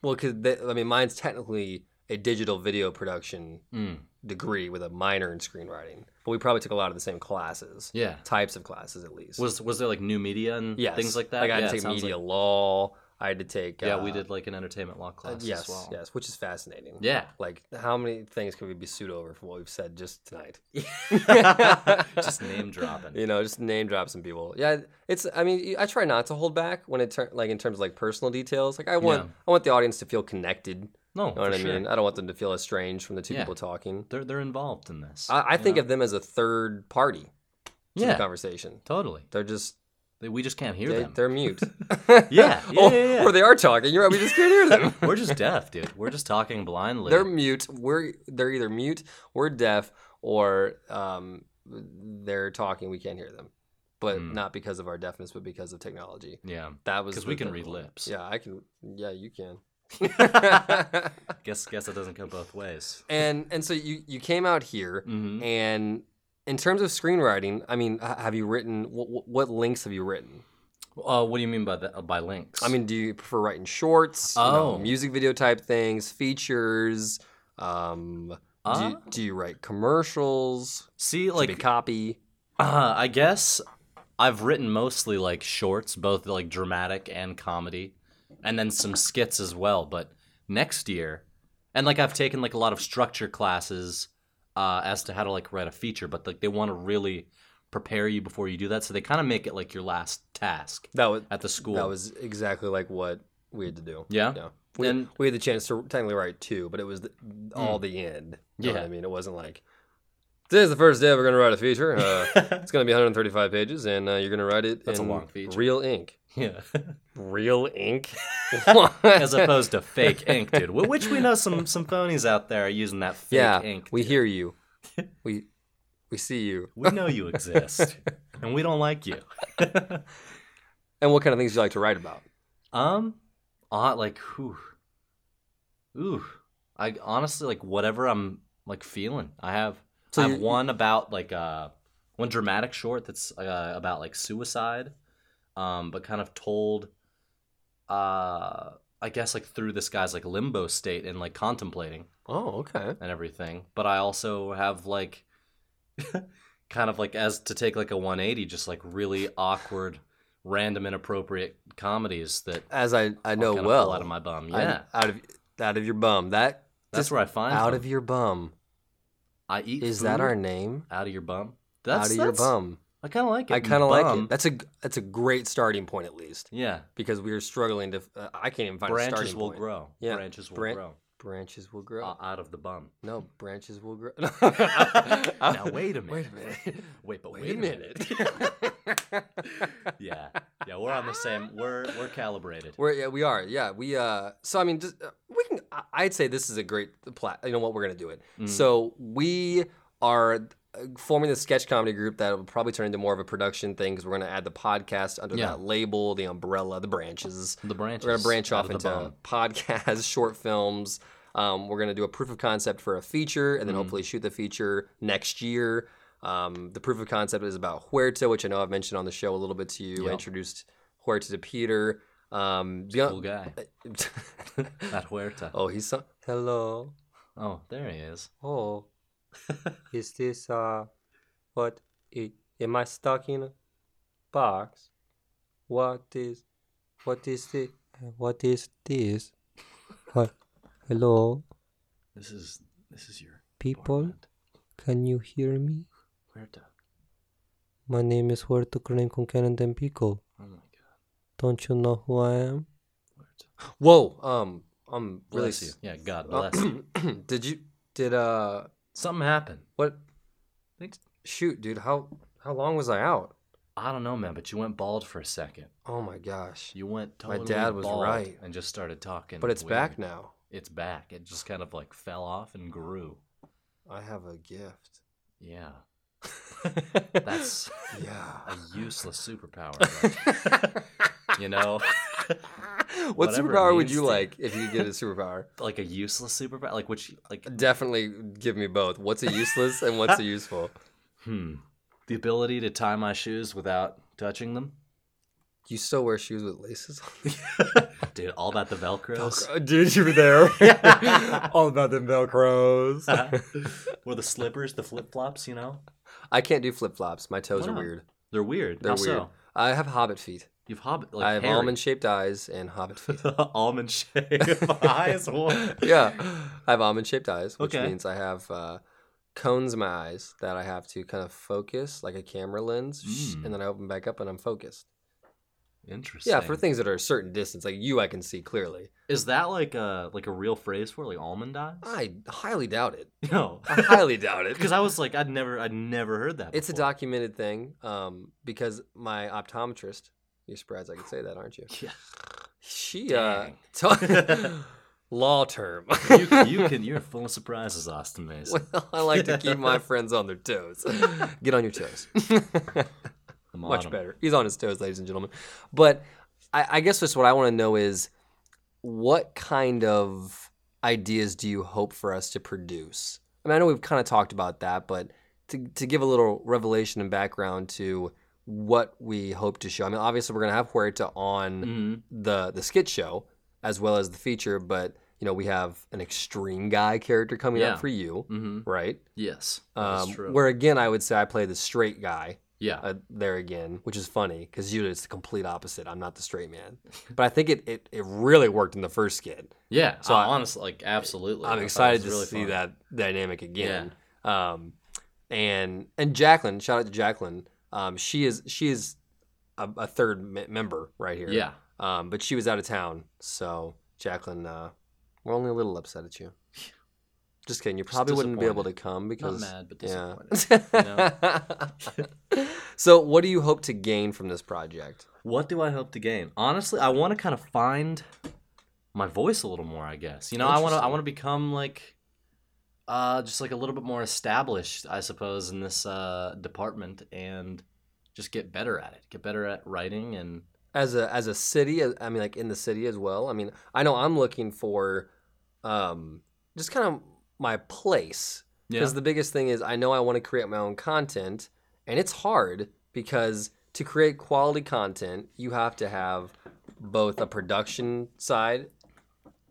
Speaker 4: Well, because I mean, mine's technically a digital video production
Speaker 5: Mm.
Speaker 4: degree with a minor in screenwriting, but we probably took a lot of the same classes,
Speaker 5: Yeah.
Speaker 4: types of classes at least.
Speaker 5: Was was there like new media and
Speaker 4: Yes.
Speaker 5: things like that?
Speaker 4: Like I had
Speaker 5: yeah,
Speaker 4: to
Speaker 5: it
Speaker 4: take
Speaker 5: sounds
Speaker 4: media
Speaker 5: like-
Speaker 4: law. I had to take.
Speaker 5: yeah,
Speaker 4: uh,
Speaker 5: we did like an entertainment law
Speaker 4: uh,
Speaker 5: class
Speaker 4: yes,
Speaker 5: as well.
Speaker 4: yes, which is fascinating.
Speaker 5: Yeah.
Speaker 4: Like, how many things could we be sued over for what we've said just tonight?
Speaker 5: just name dropping.
Speaker 4: You know, just name drop some people. Yeah, it's. I mean, I try not to hold back when it turn like in terms of like personal details. Like, I want
Speaker 5: Yeah.
Speaker 4: I want the audience to feel connected. You
Speaker 5: No,
Speaker 4: know what
Speaker 5: for
Speaker 4: I
Speaker 5: sure.
Speaker 4: mean? I don't want them to feel estranged from the two
Speaker 5: Yeah.
Speaker 4: people talking.
Speaker 5: They're they're involved in this.
Speaker 4: I, I
Speaker 5: you
Speaker 4: think
Speaker 5: know?
Speaker 4: of them as a third party to
Speaker 5: yeah,
Speaker 4: the conversation.
Speaker 5: totally.
Speaker 4: They're just
Speaker 5: They- We just can't hear
Speaker 4: they,
Speaker 5: them.
Speaker 4: they're mute.
Speaker 5: Yeah, yeah,
Speaker 4: or,
Speaker 5: yeah, yeah.
Speaker 4: or they are talking. You're right. We just can't hear them.
Speaker 5: We're just deaf, dude. We're just talking blindly.
Speaker 4: they're mute. We're they're either mute, we're deaf, or um, they're talking. We can't hear them, but
Speaker 5: Hmm.
Speaker 4: not because of our deafness, but because of technology.
Speaker 5: yeah.
Speaker 4: That was
Speaker 5: 'Cause we
Speaker 4: the
Speaker 5: can
Speaker 4: third
Speaker 5: read
Speaker 4: one.
Speaker 5: lips.
Speaker 4: Yeah, I can. Yeah, you can.
Speaker 5: Guess guess it doesn't go both ways.
Speaker 4: and and so you you came out here,
Speaker 5: hmm
Speaker 4: and in terms of screenwriting, I mean, h- have you written what, what links have you written?
Speaker 5: Uh, what do you mean by that? Uh, by links?
Speaker 4: I mean, do you prefer writing shorts? you know,
Speaker 5: Oh.
Speaker 4: music video type things, features. Um, do,
Speaker 5: Uh,
Speaker 4: you, do you write commercials?
Speaker 5: see,
Speaker 4: like
Speaker 5: like,
Speaker 4: copy.
Speaker 5: uh, I guess I've written mostly like shorts, both like dramatic and comedy, and then some skits as well. But next year, and like I've taken like a lot of structure classes uh, as to how to like write a feature, but like they want to really prepare you before you do that, so they kind of make it like your last task
Speaker 4: That was
Speaker 5: at the school.
Speaker 4: that was exactly like what we had to do.
Speaker 5: Yeah?
Speaker 4: We,
Speaker 5: And- Hmm.
Speaker 4: we had the chance to technically write two, but it was the, all the end. You know what
Speaker 5: Yeah.
Speaker 4: I mean, it wasn't like today's the first day we're going to write a feature. Uh, it's going to be 135 pages, and uh, you're going to write it
Speaker 5: That's a
Speaker 4: in
Speaker 5: long feature.
Speaker 4: real ink.
Speaker 5: yeah.
Speaker 4: Real ink.
Speaker 5: as opposed to fake ink, dude. Wh- Which we know some some phonies out there are using that fake
Speaker 4: yeah,
Speaker 5: ink.
Speaker 4: we
Speaker 5: dude.
Speaker 4: hear you. We we see you.
Speaker 5: we know you exist, and we don't like you.
Speaker 4: And what kind of things do you like to write about?
Speaker 5: Um, uh, like whew. Ooh, I honestly like whatever I'm like feeling. I have
Speaker 4: So
Speaker 5: I have
Speaker 4: you-
Speaker 5: one about like uh one dramatic short that's uh, about like suicide, um, but kind of told, uh, I guess like through this guy's like limbo state and like contemplating.
Speaker 4: Oh, okay.
Speaker 5: and everything. But I also have like kind of like as to take like a 180, just like really awkward, random, inappropriate comedies that
Speaker 4: As I I know
Speaker 5: kind of
Speaker 4: well,
Speaker 5: pull out of my bum. Yeah,
Speaker 4: I- out of out of your bum. That
Speaker 5: that's
Speaker 4: just
Speaker 5: where I find
Speaker 4: out
Speaker 5: them.
Speaker 4: of your bum.
Speaker 5: I eat.
Speaker 4: Is that
Speaker 5: food
Speaker 4: our name?
Speaker 5: out of your bum? That's
Speaker 4: out of your
Speaker 5: that's-
Speaker 4: bum.
Speaker 5: I kind of like it.
Speaker 4: I kind of like
Speaker 5: Bum.
Speaker 4: it. That's a g- that's a great starting point at least
Speaker 5: yeah.
Speaker 4: because we are struggling to. Uh, I can't even find a
Speaker 5: Branches
Speaker 4: starting
Speaker 5: will
Speaker 4: point.
Speaker 5: grow.
Speaker 4: Yeah.
Speaker 5: Branches will
Speaker 4: Bran-
Speaker 5: grow
Speaker 4: Branches will grow.
Speaker 5: uh, out of the bum.
Speaker 4: no, branches will grow.
Speaker 5: now wait a minute.
Speaker 4: Wait a minute.
Speaker 5: Wait, but
Speaker 4: Wait
Speaker 5: wait,
Speaker 4: a
Speaker 5: yeah, yeah, we're on the same. We're we're calibrated.
Speaker 4: We're, yeah, we are. Yeah, we. Uh, so I mean, just, uh, we can. I- I'd say this is a great plat. You know what? We're gonna do it. So we are uh, forming the sketch comedy group that will probably turn into more of a production thing because we're gonna add the podcast under
Speaker 5: Yeah.
Speaker 4: that label, the umbrella, the branches.
Speaker 5: the branches.
Speaker 4: We're gonna branch
Speaker 5: out
Speaker 4: off
Speaker 5: the
Speaker 4: into
Speaker 5: bum.
Speaker 4: podcasts, short films. Um, we're gonna do a proof of concept for a feature, and then
Speaker 5: Mm-hmm.
Speaker 4: hopefully shoot the feature next year. Um, the proof of concept is about Huerta, which I know I've mentioned on the show a little bit to you. I
Speaker 5: Yep.
Speaker 4: introduced Huerta to Peter. Um, the-
Speaker 5: cool guy. That Huerta.
Speaker 4: oh, he's so- hello.
Speaker 5: Oh, there he is.
Speaker 1: Oh, is this uh, what? i- am I stuck in a box? What is, what is this? What is this? Hi. Hello,
Speaker 5: This is this is your
Speaker 1: people.
Speaker 5: apartment.
Speaker 1: Can you hear me?
Speaker 5: Huerta.
Speaker 1: My name is Huerto Crane con Canon del Pico.
Speaker 5: Oh my god.
Speaker 1: Don't you know who I am?
Speaker 5: Huerta.
Speaker 4: Whoa. Um. I'm really. uh, Oh.
Speaker 5: Bless you. Yeah, God bless. you.
Speaker 4: did you? Did uh?
Speaker 5: Something happened.
Speaker 4: What?
Speaker 5: Thanks.
Speaker 4: Shoot, dude. How how long was I out?
Speaker 5: I don't know, man, but you went bald for a second.
Speaker 4: Oh my gosh.
Speaker 5: You went
Speaker 4: My
Speaker 5: totally
Speaker 4: dad was
Speaker 5: bald
Speaker 4: right.
Speaker 5: and just started talking.
Speaker 4: But it's back
Speaker 5: weird.
Speaker 4: now.
Speaker 5: It's back. It just kind of like fell off and grew.
Speaker 4: I have a gift.
Speaker 5: Yeah. That's
Speaker 4: Yeah.
Speaker 5: a useless superpower. but, you know,
Speaker 4: what
Speaker 5: Whatever it
Speaker 4: superpower would
Speaker 5: means
Speaker 4: you
Speaker 5: to you.
Speaker 4: like if you could get a superpower?
Speaker 5: like a useless superpower, like which, like,
Speaker 4: Definitely give me both. What's a useless and what's a useful?
Speaker 5: hmm, the ability to tie my shoes without touching them.
Speaker 4: You still wear shoes with laces on?
Speaker 5: Dude, all about the Velcros
Speaker 4: Uh, Dude, you were there. All about them
Speaker 5: Uh-huh.
Speaker 4: Velcros.
Speaker 5: or the slippers, the flip flops. You know,
Speaker 4: I can't do flip flops. My toes are
Speaker 5: Wow.
Speaker 4: weird.
Speaker 5: they're weird.
Speaker 4: They're
Speaker 5: How
Speaker 4: weird.
Speaker 5: so?
Speaker 4: I have hobbit feet.
Speaker 5: You've hobbit. Like
Speaker 4: I have
Speaker 5: hairy.
Speaker 4: almond shaped eyes and hobbit feet.
Speaker 5: almond shape eyes. What?
Speaker 4: yeah. I have almond shaped eyes, which
Speaker 5: Okay.
Speaker 4: means I have uh, cones in my eyes that I have to kind of focus like a camera lens, shh,
Speaker 5: Mm.
Speaker 4: and then I open back up and I'm focused.
Speaker 5: Interesting.
Speaker 4: Yeah, for things that are a certain distance, like you, I can see clearly.
Speaker 5: Is that like a like a real phrase for it, like almond eyes?
Speaker 4: I highly doubt it.
Speaker 5: no,
Speaker 4: I highly doubt it.
Speaker 5: because I was like, I'd never, I'd never heard that.
Speaker 4: Uh, It's a
Speaker 5: before.
Speaker 4: documented thing um, because my optometrist, you're surprised I could say that, aren't you?
Speaker 5: Yeah.
Speaker 4: She,
Speaker 5: Dang.
Speaker 4: uh, t- law term.
Speaker 5: you, you can. You're full of surprises, Austin Mason.
Speaker 4: well, I like to keep my friends on their toes. Get on your toes.
Speaker 5: I'm on
Speaker 4: Much
Speaker 5: 'em.
Speaker 4: better. He's on his toes, ladies and gentlemen. But I, I guess just what I want to know is what kind of ideas do you hope for us to produce? I mean, I know we've kind of talked about that, but to, to give a little revelation and background to what we hope to show. I mean, obviously, we're going to have Huerta on
Speaker 5: Mhm.
Speaker 4: the the skit show as well as the feature, but you know, we have an extreme guy character coming
Speaker 5: Yeah.
Speaker 4: up for you,
Speaker 5: Mhm.
Speaker 4: right?
Speaker 5: Yes, that's
Speaker 4: Um,
Speaker 5: true.
Speaker 4: where again, I would say I play the straight guy
Speaker 5: yeah,
Speaker 4: uh, there again, which is funny because usually it's the complete opposite. I'm not the straight man, but I think it, it, it really worked in the first skit.
Speaker 5: yeah.
Speaker 4: so
Speaker 5: So
Speaker 4: I-
Speaker 5: honestly, like, absolutely. I
Speaker 4: I'm
Speaker 5: thought it
Speaker 4: excited
Speaker 5: was
Speaker 4: to
Speaker 5: really
Speaker 4: see
Speaker 5: fun.
Speaker 4: that dynamic again. Um, and and Jacqueline, shout out to Jacqueline. Um, she is she is a, a third me- member right here.
Speaker 5: Yeah,
Speaker 4: Um, but she was out of town, so Jacqueline, uh, we're only a little upset at you. Just kidding. You probably wouldn't be able to
Speaker 5: disappointed.
Speaker 4: come
Speaker 5: not
Speaker 4: because
Speaker 5: mad, but
Speaker 4: yeah.
Speaker 5: disappointed. you
Speaker 4: so, what do you hope to gain from this project?
Speaker 5: What do I hope to gain? Honestly, I want to kind of find my voice a little more. I guess you know, I want to. I
Speaker 4: Interesting.
Speaker 5: want to become like, uh, just like a little bit more established, I suppose, in this uh department, and just get better at it. Get better at writing and
Speaker 4: as a as a city as- i mean like in the city as well i mean i know i'm looking for um just kind of my place because the biggest thing is i know i want to create my own content and it's hard because to create quality content you have to have both a production side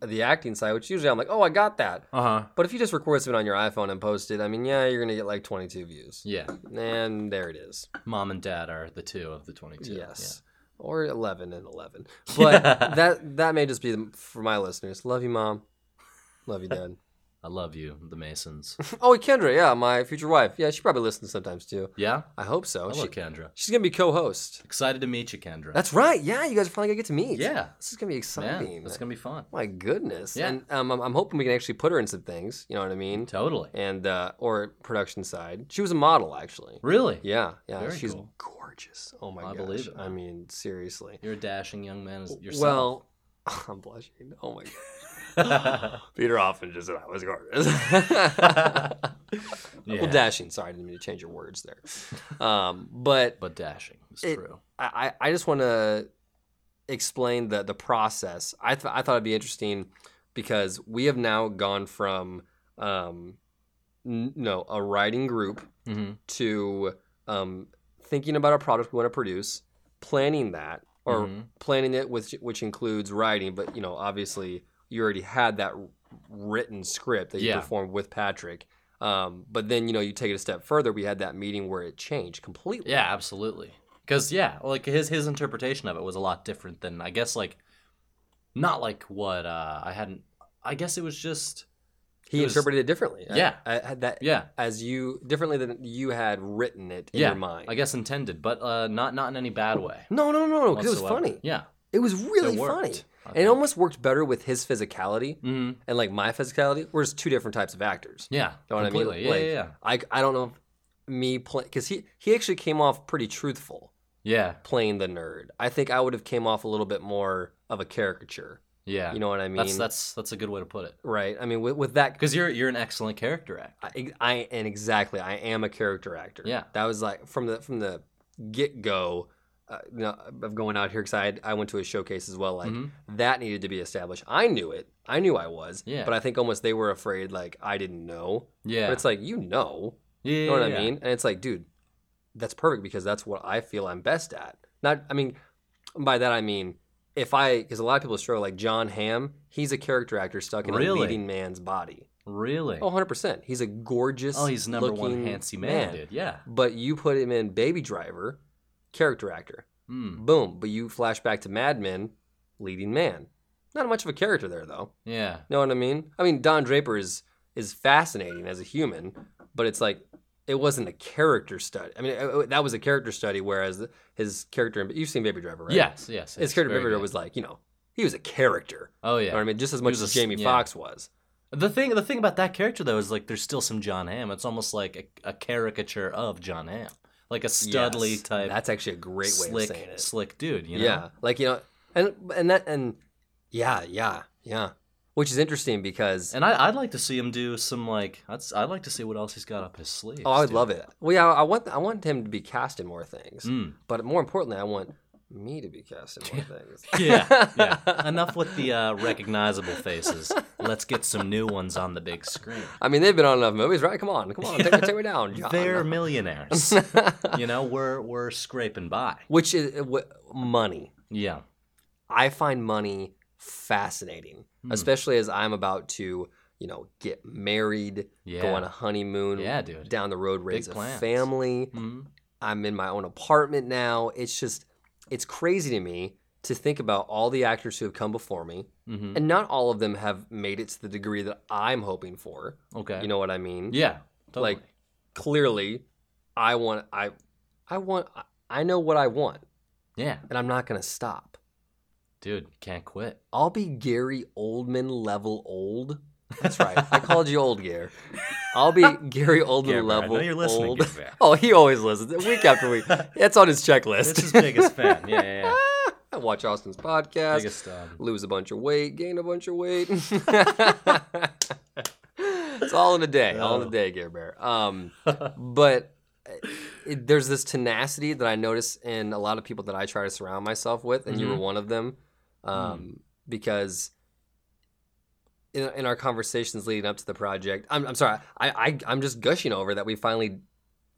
Speaker 4: the acting side which usually i'm like oh i got that
Speaker 2: Uh huh.
Speaker 4: but if you just record something on your iphone and post it i mean yeah you're gonna get like 22 views
Speaker 5: yeah.
Speaker 4: and there it is
Speaker 5: mom and dad are the two of the 22
Speaker 4: Yes. Or 11 and 11. But that that may just be the- for my listeners. Love you, mom. Love you, dad.
Speaker 5: yeah. i love you the masons
Speaker 4: oh, and Kendra, yeah, my future wife. Yeah, she probably listens sometimes too.
Speaker 5: yeah
Speaker 4: I hope so.
Speaker 5: hello
Speaker 4: She,
Speaker 5: kendra
Speaker 4: she's going to be co-host.
Speaker 5: excited to meet you kendra
Speaker 4: Oh, That's right. Yeah, you guys are finally going to get to meet.
Speaker 5: yeah
Speaker 4: This is going to be
Speaker 5: yeah
Speaker 4: exciting.
Speaker 5: that's gonna be fun
Speaker 4: my goodness.
Speaker 5: Yeah. Mm-hmm.
Speaker 4: And um, I'm, I'm hoping we can actually put her in some things, you know what I mean?
Speaker 5: totally
Speaker 4: And uh, or production side. She was a model actually.
Speaker 5: really
Speaker 4: Yeah, yeah,
Speaker 5: Very
Speaker 4: she's
Speaker 5: cool.
Speaker 4: gorgeous. Oh my
Speaker 5: I
Speaker 4: gosh.
Speaker 5: believe it,
Speaker 4: I
Speaker 5: man.
Speaker 4: mean, seriously.
Speaker 5: you're a dashing young man as yourself
Speaker 4: Well, I'm blushing. Oh my god.
Speaker 5: well
Speaker 4: Peter Hoffman just said I was gorgeous. Well, dashing. Sorry, I didn't mean to change your words there. Um, but
Speaker 5: but dashing is
Speaker 4: It-
Speaker 5: true
Speaker 4: I, I I just want to explain the the process. I th- I thought it'd be interesting because we have now gone from um, n- no a writing group
Speaker 5: mm-hmm.
Speaker 4: to um, thinking about a product we want to produce, planning that, or
Speaker 5: Mhm.
Speaker 4: planning it with which includes writing. But you know, obviously, you already had that written script that you
Speaker 5: Yeah.
Speaker 4: performed with Patrick. Um, but then you know, you take it a step further. We had that meeting where it changed completely.
Speaker 5: yeah absolutely because yeah like his his interpretation of it was a lot different than i guess like not like what uh i hadn't I guess it was just
Speaker 4: He
Speaker 5: It was-
Speaker 4: interpreted it differently. I-
Speaker 5: Yeah.
Speaker 4: I, had that
Speaker 5: yeah,
Speaker 4: as you differently than you had written it in
Speaker 5: yeah.
Speaker 4: your mind.
Speaker 5: I guess intended, but uh, not not in any bad way.
Speaker 4: no, no, no, no, because it was
Speaker 5: whatsoever.
Speaker 4: funny.
Speaker 5: Yeah,
Speaker 4: It was really
Speaker 5: it
Speaker 4: funny.
Speaker 5: worked.
Speaker 4: And it almost worked better with his physicality
Speaker 5: hmm
Speaker 4: and like my physicality. We're just two different types of actors.
Speaker 5: Yeah,
Speaker 4: Know what I mean?
Speaker 5: completely. Yeah,
Speaker 4: Like-
Speaker 5: yeah, yeah.
Speaker 4: I, I don't know if me playing because he he actually came off pretty truthful
Speaker 5: Yeah,
Speaker 4: playing the nerd. I think I would have came off a little bit more of a caricature.
Speaker 5: yeah.
Speaker 4: You know what I mean?
Speaker 5: that's that's that's a good way to put it.
Speaker 4: right. I mean with, with that
Speaker 5: Because you're you're an excellent character actor.
Speaker 4: I, I and exactly I am a character actor.
Speaker 5: Yeah.
Speaker 4: that was like from the from the get go uh, you know, of going out here because I had, I went to a showcase as well. Like
Speaker 5: Mhm.
Speaker 4: that needed to be established. I knew it. I knew I was.
Speaker 5: Yeah.
Speaker 4: But I think almost they were afraid like I didn't know.
Speaker 5: Yeah,
Speaker 4: But it's like you know.
Speaker 5: yeah,
Speaker 4: You know what
Speaker 5: yeah,
Speaker 4: I mean? And it's like, dude, that's perfect because that's what I feel I'm best at. Not, I mean, by that I mean, if I, because a lot of people struggle, like John Hamm, he's a character actor stuck in
Speaker 5: Really?
Speaker 4: a leading man's body.
Speaker 5: Really?
Speaker 4: Oh, 100%. He's a gorgeous.
Speaker 5: Oh, he's number one
Speaker 4: looking
Speaker 5: handsy man, dude. Yeah.
Speaker 4: But you put him in Baby Driver, character actor.
Speaker 5: Mm.
Speaker 4: Boom. But you flash back to Mad Men, leading man. Not much of a character there, though.
Speaker 5: Yeah.
Speaker 4: Know what I mean? I mean, Don Draper is is fascinating as a human, but it's like it wasn't a character study. I mean, uh, uh, that was a character study, whereas his character in you've seen Baby Driver, right?
Speaker 5: Yes, yes.
Speaker 4: his
Speaker 5: yes,
Speaker 4: character in
Speaker 5: very
Speaker 4: Baby Driver
Speaker 5: good.
Speaker 4: was like you know he was a character.
Speaker 5: Oh
Speaker 4: You
Speaker 5: yeah.
Speaker 4: know what I mean? Just as much
Speaker 5: was
Speaker 4: as
Speaker 5: a s-
Speaker 4: Jamie
Speaker 5: yeah.
Speaker 4: Foxx was.
Speaker 5: The thing, the thing about that character though is like there's still some John Hamm. It's almost like a, a caricature of John Hamm, like a studly
Speaker 4: Yes.
Speaker 5: type,
Speaker 4: That's actually a great
Speaker 5: slick,
Speaker 4: way of saying it.
Speaker 5: slick dude. You know?
Speaker 4: Yeah, like you know, and and that and yeah, yeah, yeah. Which is interesting because
Speaker 5: And I, I'd like to see him do some like I'd, s- I'd like to see what else he's got up his sleeve.
Speaker 4: oh, I would love it. Well, yeah, I want I want him to be cast in more things.
Speaker 5: Mm.
Speaker 4: But more importantly, I want me to be cast in more things.
Speaker 5: Yeah, yeah. Enough with the uh, recognizable faces. Let's get some new ones on the big screen.
Speaker 4: I mean, they've been on enough movies, right? Come on, come on, take, me- take me down, John.
Speaker 5: They're millionaires. you know, we're we're scraping by.
Speaker 4: Which is w- money.
Speaker 5: Yeah.
Speaker 4: I find money fascinating,
Speaker 5: Hmm.
Speaker 4: especially as I'm about to, you know, get married,
Speaker 5: Mm. Yeah.
Speaker 4: go on a honeymoon,
Speaker 5: yeah, dude.
Speaker 4: down the road, raise a
Speaker 5: plans.
Speaker 4: family.
Speaker 5: Mhm.
Speaker 4: I'm in my own apartment now. It's just, it's crazy to me to think about all the actors who have come before me,
Speaker 5: Mhm.
Speaker 4: and not all of them have made it to the degree that I'm hoping for.
Speaker 5: Okay.
Speaker 4: You know what I mean?
Speaker 5: Yeah. Totally.
Speaker 4: Like- Clearly, I want I I want I- I know what I want
Speaker 5: yeah,
Speaker 4: and I'm not going to stop.
Speaker 5: dude, can't quit.
Speaker 4: I'll be Gary Oldman level old. That's right. I called you old Gary. I'll be Gary Oldman
Speaker 5: Gabber, I
Speaker 4: level
Speaker 5: know you're listening.
Speaker 4: old.
Speaker 5: Gabber.
Speaker 4: Oh, he always listens week after week. It's on his checklist.
Speaker 5: It's his biggest fan. Yeah, yeah,
Speaker 4: I watch Austin's
Speaker 5: yeah.
Speaker 4: podcast.
Speaker 5: biggest. Um,
Speaker 4: lose a bunch of weight, gain a bunch of weight. it's all in a day, all
Speaker 5: Oh.
Speaker 4: in a day, Gear Bear. Um, but eh, it, there's this tenacity that I notice in a lot of people that I try to surround myself with, and you
Speaker 5: Mm-hmm.
Speaker 4: were one of them,
Speaker 5: Mm.
Speaker 4: um, because. In, in our conversations leading up to the project, I'm, I'm sorry, I, I I'm just gushing over that we finally.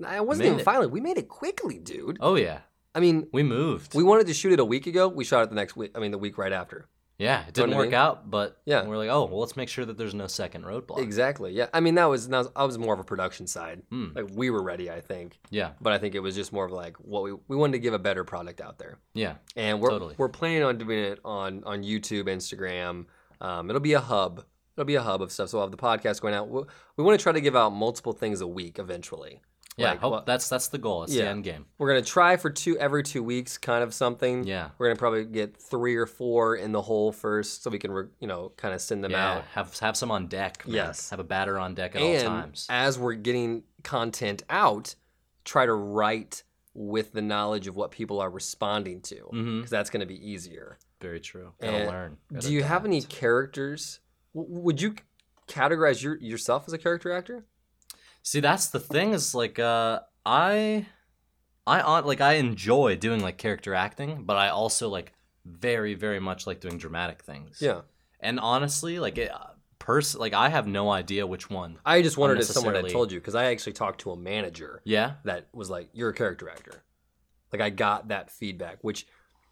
Speaker 4: I wasn't
Speaker 5: Made
Speaker 4: even
Speaker 5: it.
Speaker 4: finally. We made it quickly, dude.
Speaker 5: oh yeah,
Speaker 4: I mean,
Speaker 5: we moved.
Speaker 4: we wanted to shoot it a week ago. We shot it the next week. I mean, the week right after.
Speaker 5: yeah, it
Speaker 4: Know what
Speaker 5: didn't
Speaker 4: I
Speaker 5: work
Speaker 4: mean?
Speaker 5: out, but
Speaker 4: Yeah.
Speaker 5: we're like, oh well, let's make sure that there's no second roadblock.
Speaker 4: Exactly. Yeah. I mean, that was, that was I was more of a production side.
Speaker 5: Mm.
Speaker 4: Like we were ready, I think,
Speaker 5: Yeah,
Speaker 4: but I think it was just more of like what we we wanted to give a better product out there,
Speaker 5: yeah,
Speaker 4: and we're
Speaker 5: Totally.
Speaker 4: we're planning on doing it on on YouTube, Instagram. Um, it'll be a hub. It'll be a hub of stuff. So we'll have the podcast going out. We, we want to try to give out multiple things a week eventually.
Speaker 5: yeah.
Speaker 4: Like,
Speaker 5: hope
Speaker 4: well-
Speaker 5: that's that's the goal. It's
Speaker 4: Yeah.
Speaker 5: the end game.
Speaker 4: We're gonna try for two every two weeks, kind of something.
Speaker 5: Yeah.
Speaker 4: We're gonna probably get three or four in the hole first, so we can re, you know kind of send them
Speaker 5: Yeah,
Speaker 4: out.
Speaker 5: have have some on deck. man.
Speaker 4: Yes.
Speaker 5: have a batter on deck at
Speaker 4: and
Speaker 5: all times.
Speaker 4: as we're getting content out, try to write with the knowledge of what people are responding to, because
Speaker 5: hmm
Speaker 4: that's going to be easier.
Speaker 5: Very true. Gotta
Speaker 4: And
Speaker 5: learn.
Speaker 4: Do you have any characters? W- would you categorize your, yourself as a character actor?
Speaker 5: See, that's the thing is like uh I I on like I enjoy doing like character acting, but I also like very very much like doing dramatic things.
Speaker 4: Yeah,
Speaker 5: And honestly, like it uh, pers like I have no idea which one.
Speaker 4: I just wondered if someone had
Speaker 5: Unnecessarily.
Speaker 4: told you because I actually talked to a manager
Speaker 5: Yeah.
Speaker 4: that was like, "You're a character actor." Like I got that feedback, which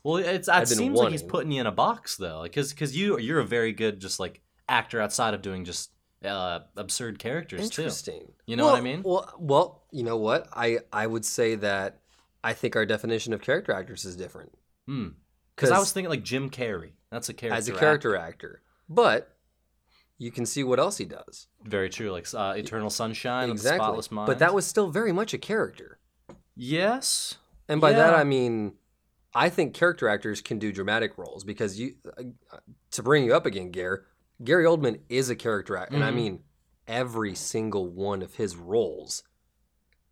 Speaker 5: Well, it's
Speaker 4: I've
Speaker 5: it
Speaker 4: been
Speaker 5: seems like he's
Speaker 4: wanting.
Speaker 5: putting you in a box though, because because you you're a very good just like actor outside of doing just uh absurd characters too.
Speaker 4: Interesting.
Speaker 5: You know what I
Speaker 4: Well-
Speaker 5: mean?
Speaker 4: Well, well, you know what? I I would say that I think our definition of character actors is different.
Speaker 5: Hmm. Because I was thinking like Jim Carrey. That's a character.
Speaker 4: as a character actor. But you can see what else he does.
Speaker 5: Very true. Like uh, Eternal Sunshine of the
Speaker 4: exactly.
Speaker 5: Spotless Mind.
Speaker 4: But that was still very much a character.
Speaker 5: yes.
Speaker 4: And by that
Speaker 5: Yeah.
Speaker 4: I mean I think character actors can do dramatic roles because you uh, to bring you up again, Gare, Gary Oldman is a character actor, and I
Speaker 5: Mhm.
Speaker 4: mean every single one of his roles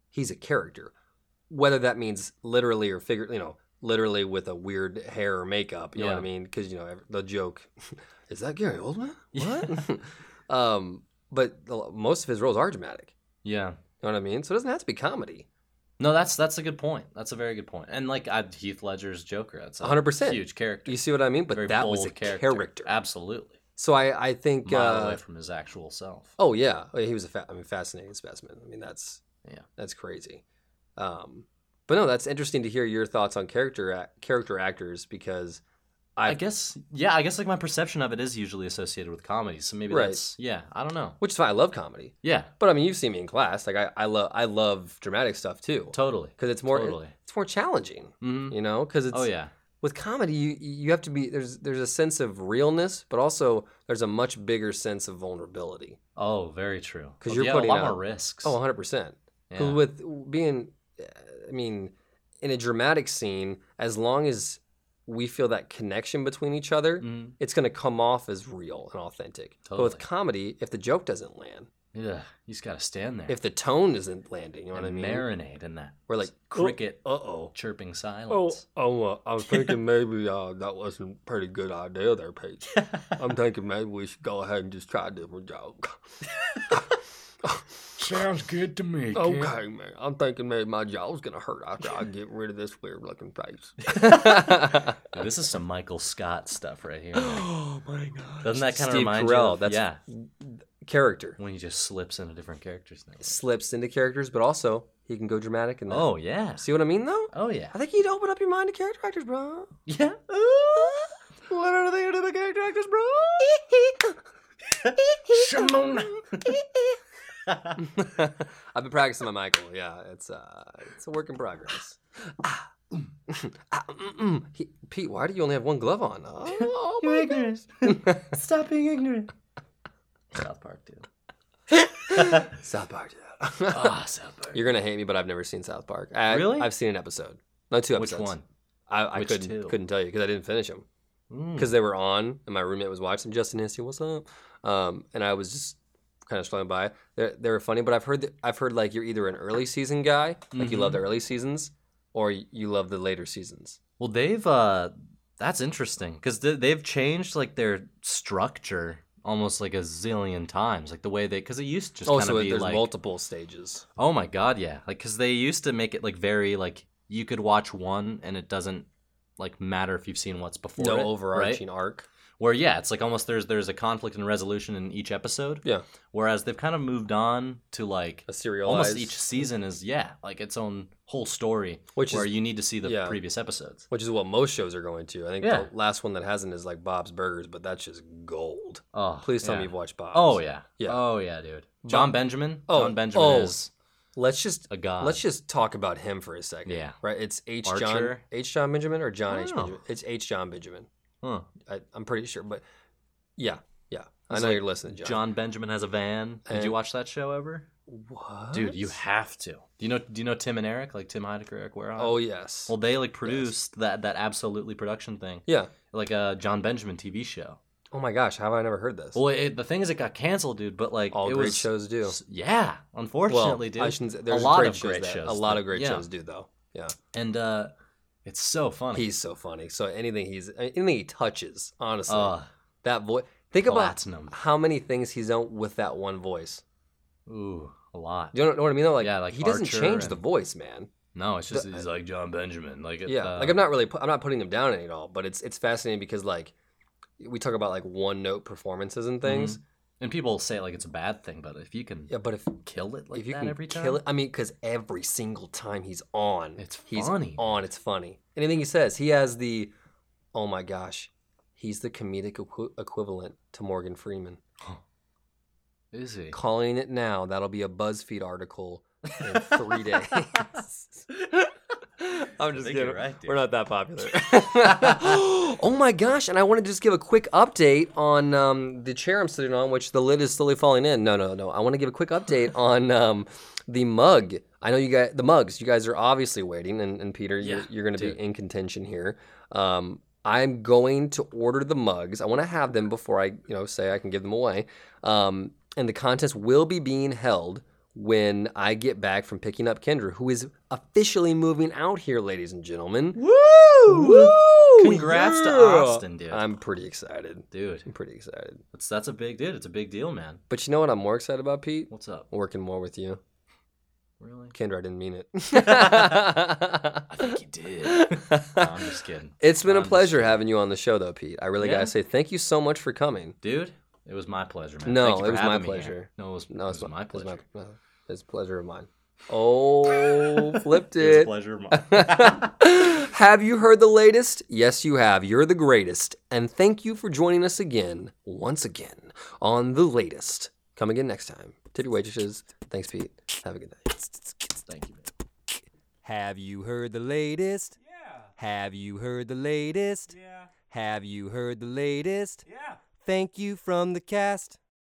Speaker 4: he's a character. Whether that means literally or figure, you know, literally with a weird hair or makeup, you know what I
Speaker 5: Yeah.
Speaker 4: mean? Because you know ev- the joke is that Gary Oldman? What? um, but the- most of his roles are dramatic.
Speaker 5: Yeah.
Speaker 4: You know what I mean? So it doesn't have to be comedy.
Speaker 5: No, that's that's a good point. That's a very good point. And like I, Heath Ledger's Joker, that's a
Speaker 4: 100%.
Speaker 5: huge character.
Speaker 4: You see what I mean? But
Speaker 5: Very
Speaker 4: that was
Speaker 5: bold
Speaker 4: a character.
Speaker 5: Absolutely.
Speaker 4: So I, I think.
Speaker 5: Mile away
Speaker 4: Uh,
Speaker 5: from his actual self.
Speaker 4: oh yeah, Oh, yeah, he was a fa- I mean fascinating specimen. I mean that's
Speaker 5: Yeah.
Speaker 4: that's crazy. Um, but no, that's interesting to hear your thoughts on character ac- character actors because
Speaker 5: I,
Speaker 4: I-
Speaker 5: guess yeah, I guess like my perception of it is usually associated with comedy. So maybe
Speaker 4: Right.
Speaker 5: that's yeah, I don't know.
Speaker 4: which is fine. I love comedy,
Speaker 5: Yeah,
Speaker 4: but I mean you've seen me in class. Like I I love I love dramatic stuff too
Speaker 5: totally.
Speaker 4: because it's more
Speaker 5: totally.
Speaker 4: it's more challenging.
Speaker 5: hmm
Speaker 4: You know, because it's
Speaker 5: Oh yeah.
Speaker 4: with comedy you you have to be there's there's a sense of realness, but also there's a much bigger sense of vulnerability.
Speaker 5: Oh, very true.
Speaker 4: 'Cause
Speaker 5: Oh,
Speaker 4: you're
Speaker 5: yeah,
Speaker 4: putting
Speaker 5: a lot
Speaker 4: out-
Speaker 5: more risks.
Speaker 4: Oh, 100 percent.
Speaker 5: yeah.
Speaker 4: Because with being, I mean, in a dramatic scene, as long as we feel that connection between each other,
Speaker 5: Mhm.
Speaker 4: it's going to come off as real and authentic. But with
Speaker 5: Totally.
Speaker 4: comedy, if the joke doesn't land,
Speaker 5: yeah, you just gotta stand there
Speaker 4: if the tone isn't landing, you know
Speaker 5: and
Speaker 4: what I mean?
Speaker 5: marinate in that.
Speaker 4: We're like,
Speaker 5: cricket
Speaker 4: uh oh.
Speaker 5: chirping
Speaker 1: Oh,
Speaker 5: silence.
Speaker 1: oh uh, I was thinking maybe uh, that wasn't a pretty good idea there, Pete. I'm thinking maybe we should go ahead and just try a different joke.
Speaker 2: Sounds good to me. kid.
Speaker 1: Okay, man. I'm thinking maybe my jaw's gonna hurt after I get rid of this weird looking face.
Speaker 5: Now, this is some Michael Scott stuff right here. man.
Speaker 1: oh my god.
Speaker 5: Doesn't that kind of
Speaker 4: Steve
Speaker 5: remind you?
Speaker 4: Carell,
Speaker 5: Of,
Speaker 4: that's-
Speaker 5: yeah,
Speaker 4: Character
Speaker 5: when he just slips into different characters now.
Speaker 4: slips into characters, but also he can go dramatic and
Speaker 5: Oh yeah.
Speaker 4: See what I mean, though?
Speaker 5: Oh yeah.
Speaker 4: I think he'd open up your mind to character actors, bro.
Speaker 5: Yeah. What are they into the character actors, bro?
Speaker 2: Shimona.
Speaker 4: I've been practicing my Michael. Yeah, it's uh, it's a work in progress. Ah, mm, ah, mm, mm. He- Pete, why do you only have one glove on? Oh,
Speaker 5: You're ignorant. Stop being ignorant. South Park, dude.
Speaker 4: South Park.
Speaker 5: Ah, South Park.
Speaker 4: You're gonna hate me, but I've never seen South Park. I,
Speaker 5: Really?
Speaker 4: I've seen an episode. No, two
Speaker 5: Which
Speaker 4: episodes.
Speaker 5: one?
Speaker 4: I, I
Speaker 5: Which
Speaker 4: couldn't
Speaker 5: two?
Speaker 4: couldn't tell you because I didn't finish them
Speaker 5: Mm.
Speaker 4: because they were on and my roommate was watching. Justin Hissey, what's up? Um, and I was just kind of strolling by. They they were funny, but I've heard that, I've heard like you're either an early season guy, like you love the
Speaker 5: Mm-hmm.
Speaker 4: early seasons, or you love the later seasons.
Speaker 5: Well, they've uh, that's interesting because th- they've changed like their structure almost like a zillion times, like the way they because it used to just
Speaker 4: Oh,
Speaker 5: kind of
Speaker 4: so
Speaker 5: be
Speaker 4: there's
Speaker 5: like,
Speaker 4: multiple stages.
Speaker 5: oh my god, yeah, like because they used to make it like very like you could watch one and it doesn't like matter if you've seen what's before
Speaker 4: No
Speaker 5: it,
Speaker 4: overarching
Speaker 5: right?
Speaker 4: arc.
Speaker 5: where yeah it's like almost there's there's a conflict and resolution in each episode
Speaker 4: Yeah.
Speaker 5: whereas they've kind of moved on to like
Speaker 4: A serialized.
Speaker 5: almost each season is yeah like its own whole story
Speaker 4: Which
Speaker 5: where
Speaker 4: is-
Speaker 5: you need to see the
Speaker 4: yeah.
Speaker 5: previous episodes
Speaker 4: which is what most shows are going to. I think
Speaker 5: Yeah.
Speaker 4: the last one that hasn't is like Bob's Burgers, but that's just gold.
Speaker 5: oh
Speaker 4: Please tell
Speaker 5: yeah.
Speaker 4: me you've watched Bob's.
Speaker 5: Oh yeah.
Speaker 4: Yeah.
Speaker 5: Oh yeah, dude. John Benjamin.
Speaker 4: Oh,
Speaker 5: John Benjamin
Speaker 4: oh.
Speaker 5: is
Speaker 4: Let's just
Speaker 5: a god.
Speaker 4: Let's just talk about him for a second.
Speaker 5: Uh, Yeah.
Speaker 4: Right. It's H. John
Speaker 5: Archer. Oh.
Speaker 4: H. John Benjamin or John
Speaker 5: I
Speaker 4: H.
Speaker 5: don't know.
Speaker 4: Benjamin. It's H. John Benjamin.
Speaker 5: Huh.
Speaker 4: I, I'm pretty sure, but yeah, yeah. I
Speaker 5: It's
Speaker 4: know
Speaker 5: like
Speaker 4: you're listening, John.
Speaker 5: John Benjamin has a van. Did
Speaker 4: And-
Speaker 5: you watch that show ever?
Speaker 4: What?
Speaker 5: Dude, you have to. Do you know do you know Tim and Eric? Like Tim Heidecker, Eric Warehouse?
Speaker 4: Oh yes.
Speaker 5: Well they like produced that that absolutely production thing.
Speaker 4: yeah.
Speaker 5: Like a John Benjamin TV show.
Speaker 4: Oh my gosh, how have I never heard this?
Speaker 5: Well it, the thing is it got canceled, dude, but like
Speaker 4: All
Speaker 5: it
Speaker 4: great
Speaker 5: was
Speaker 4: shows do.
Speaker 5: s- Yeah,
Speaker 4: Well,
Speaker 5: unfortunately, dude.
Speaker 4: I shouldn't say, there's
Speaker 5: a lot
Speaker 4: great
Speaker 5: of
Speaker 4: shows
Speaker 5: great
Speaker 4: that-
Speaker 5: shows.
Speaker 4: A lot
Speaker 5: that-
Speaker 4: of great
Speaker 5: yeah.
Speaker 4: shows do though. Yeah.
Speaker 5: And uh it's so funny.
Speaker 4: He's so funny. So anything he's anything he touches, honestly,
Speaker 5: uh,
Speaker 4: that voice. Think about
Speaker 5: platinum.
Speaker 4: how many things he's done with that one voice.
Speaker 5: Ooh, a lot.
Speaker 4: Do you know, know what I mean? Though, like,
Speaker 5: Yeah, like
Speaker 4: he doesn't
Speaker 5: Archer
Speaker 4: change the
Speaker 5: and-
Speaker 4: voice, man.
Speaker 5: No, it's just
Speaker 4: The-
Speaker 5: he's like John Benjamin. Like it,
Speaker 4: yeah
Speaker 5: uh,
Speaker 4: like i'm not really pu- i'm not putting them down at all but it's it's fascinating because like we talk about like one note performances and things
Speaker 5: Mm-hmm. And people say like it's a bad thing, but if you can
Speaker 4: yeah but if
Speaker 5: kill it like
Speaker 4: if you
Speaker 5: that
Speaker 4: can
Speaker 5: every time,
Speaker 4: kill it i mean because every single time he's on
Speaker 5: It's
Speaker 4: he's
Speaker 5: funny.
Speaker 4: on it's funny anything he says he has the oh my gosh he's the comedic equi- equivalent to morgan freeman
Speaker 5: is he?
Speaker 4: calling it now that'll be a buzzfeed article in three days I'm just
Speaker 5: think you're
Speaker 4: kidding.
Speaker 5: right, dude.
Speaker 4: We're not that popular. oh my gosh! And I want to just give a quick update on um, the chair I'm sitting on, which the lid is slowly falling in. No, no, no. I want to give a quick update on um, the mug. I know you guys, the mugs. You guys are obviously waiting, and, and Peter, you're,
Speaker 5: Yeah,
Speaker 4: you're going to be in contention here. Um, I'm going to order the mugs. I want to have them before I, you know, say I can give them away. Um, and the contest will be being held when I get back from picking up Kendra, who is officially moving out here, ladies and gentlemen.
Speaker 5: Woo! Congrats to
Speaker 4: Yeah.
Speaker 5: Austin, dude.
Speaker 4: I'm pretty excited.
Speaker 5: dude,
Speaker 4: I'm pretty excited.
Speaker 5: that's, that's a big dude. It's a big deal, man.
Speaker 4: But you know what I'm more excited about, Pete?
Speaker 5: What's up?
Speaker 4: Working more with you.
Speaker 5: Really?
Speaker 4: Kendra, I didn't mean it.
Speaker 5: I think he did. No, I'm just kidding.
Speaker 4: it's been
Speaker 5: I'm
Speaker 4: a
Speaker 5: just
Speaker 4: pleasure having you on the show, though, Pete. I really
Speaker 5: Yeah.
Speaker 4: gotta say thank you so much for coming.
Speaker 5: Dude, it was my pleasure, man.
Speaker 4: No,
Speaker 5: Thank you for
Speaker 4: it was
Speaker 5: having
Speaker 4: my
Speaker 5: me here.
Speaker 4: pleasure.
Speaker 5: No, it was,
Speaker 4: No, it's
Speaker 5: it was
Speaker 4: my-
Speaker 5: my
Speaker 4: it was
Speaker 5: pleasure.
Speaker 4: my- no, it's a pleasure of mine. Oh, flipped
Speaker 5: It was a
Speaker 4: it.
Speaker 5: pleasure of mine.
Speaker 4: have you heard the latest? Yes, you have. You're the greatest. And thank you for joining us again, once again, on the latest. Come again next time. Tip your waitresses. Thanks, Pete. Have a good night.
Speaker 5: Thank you, man.
Speaker 4: Have you heard the latest? Yeah. Have you heard the latest? Yeah. Have you heard the latest? Yeah. Thank you from the cast.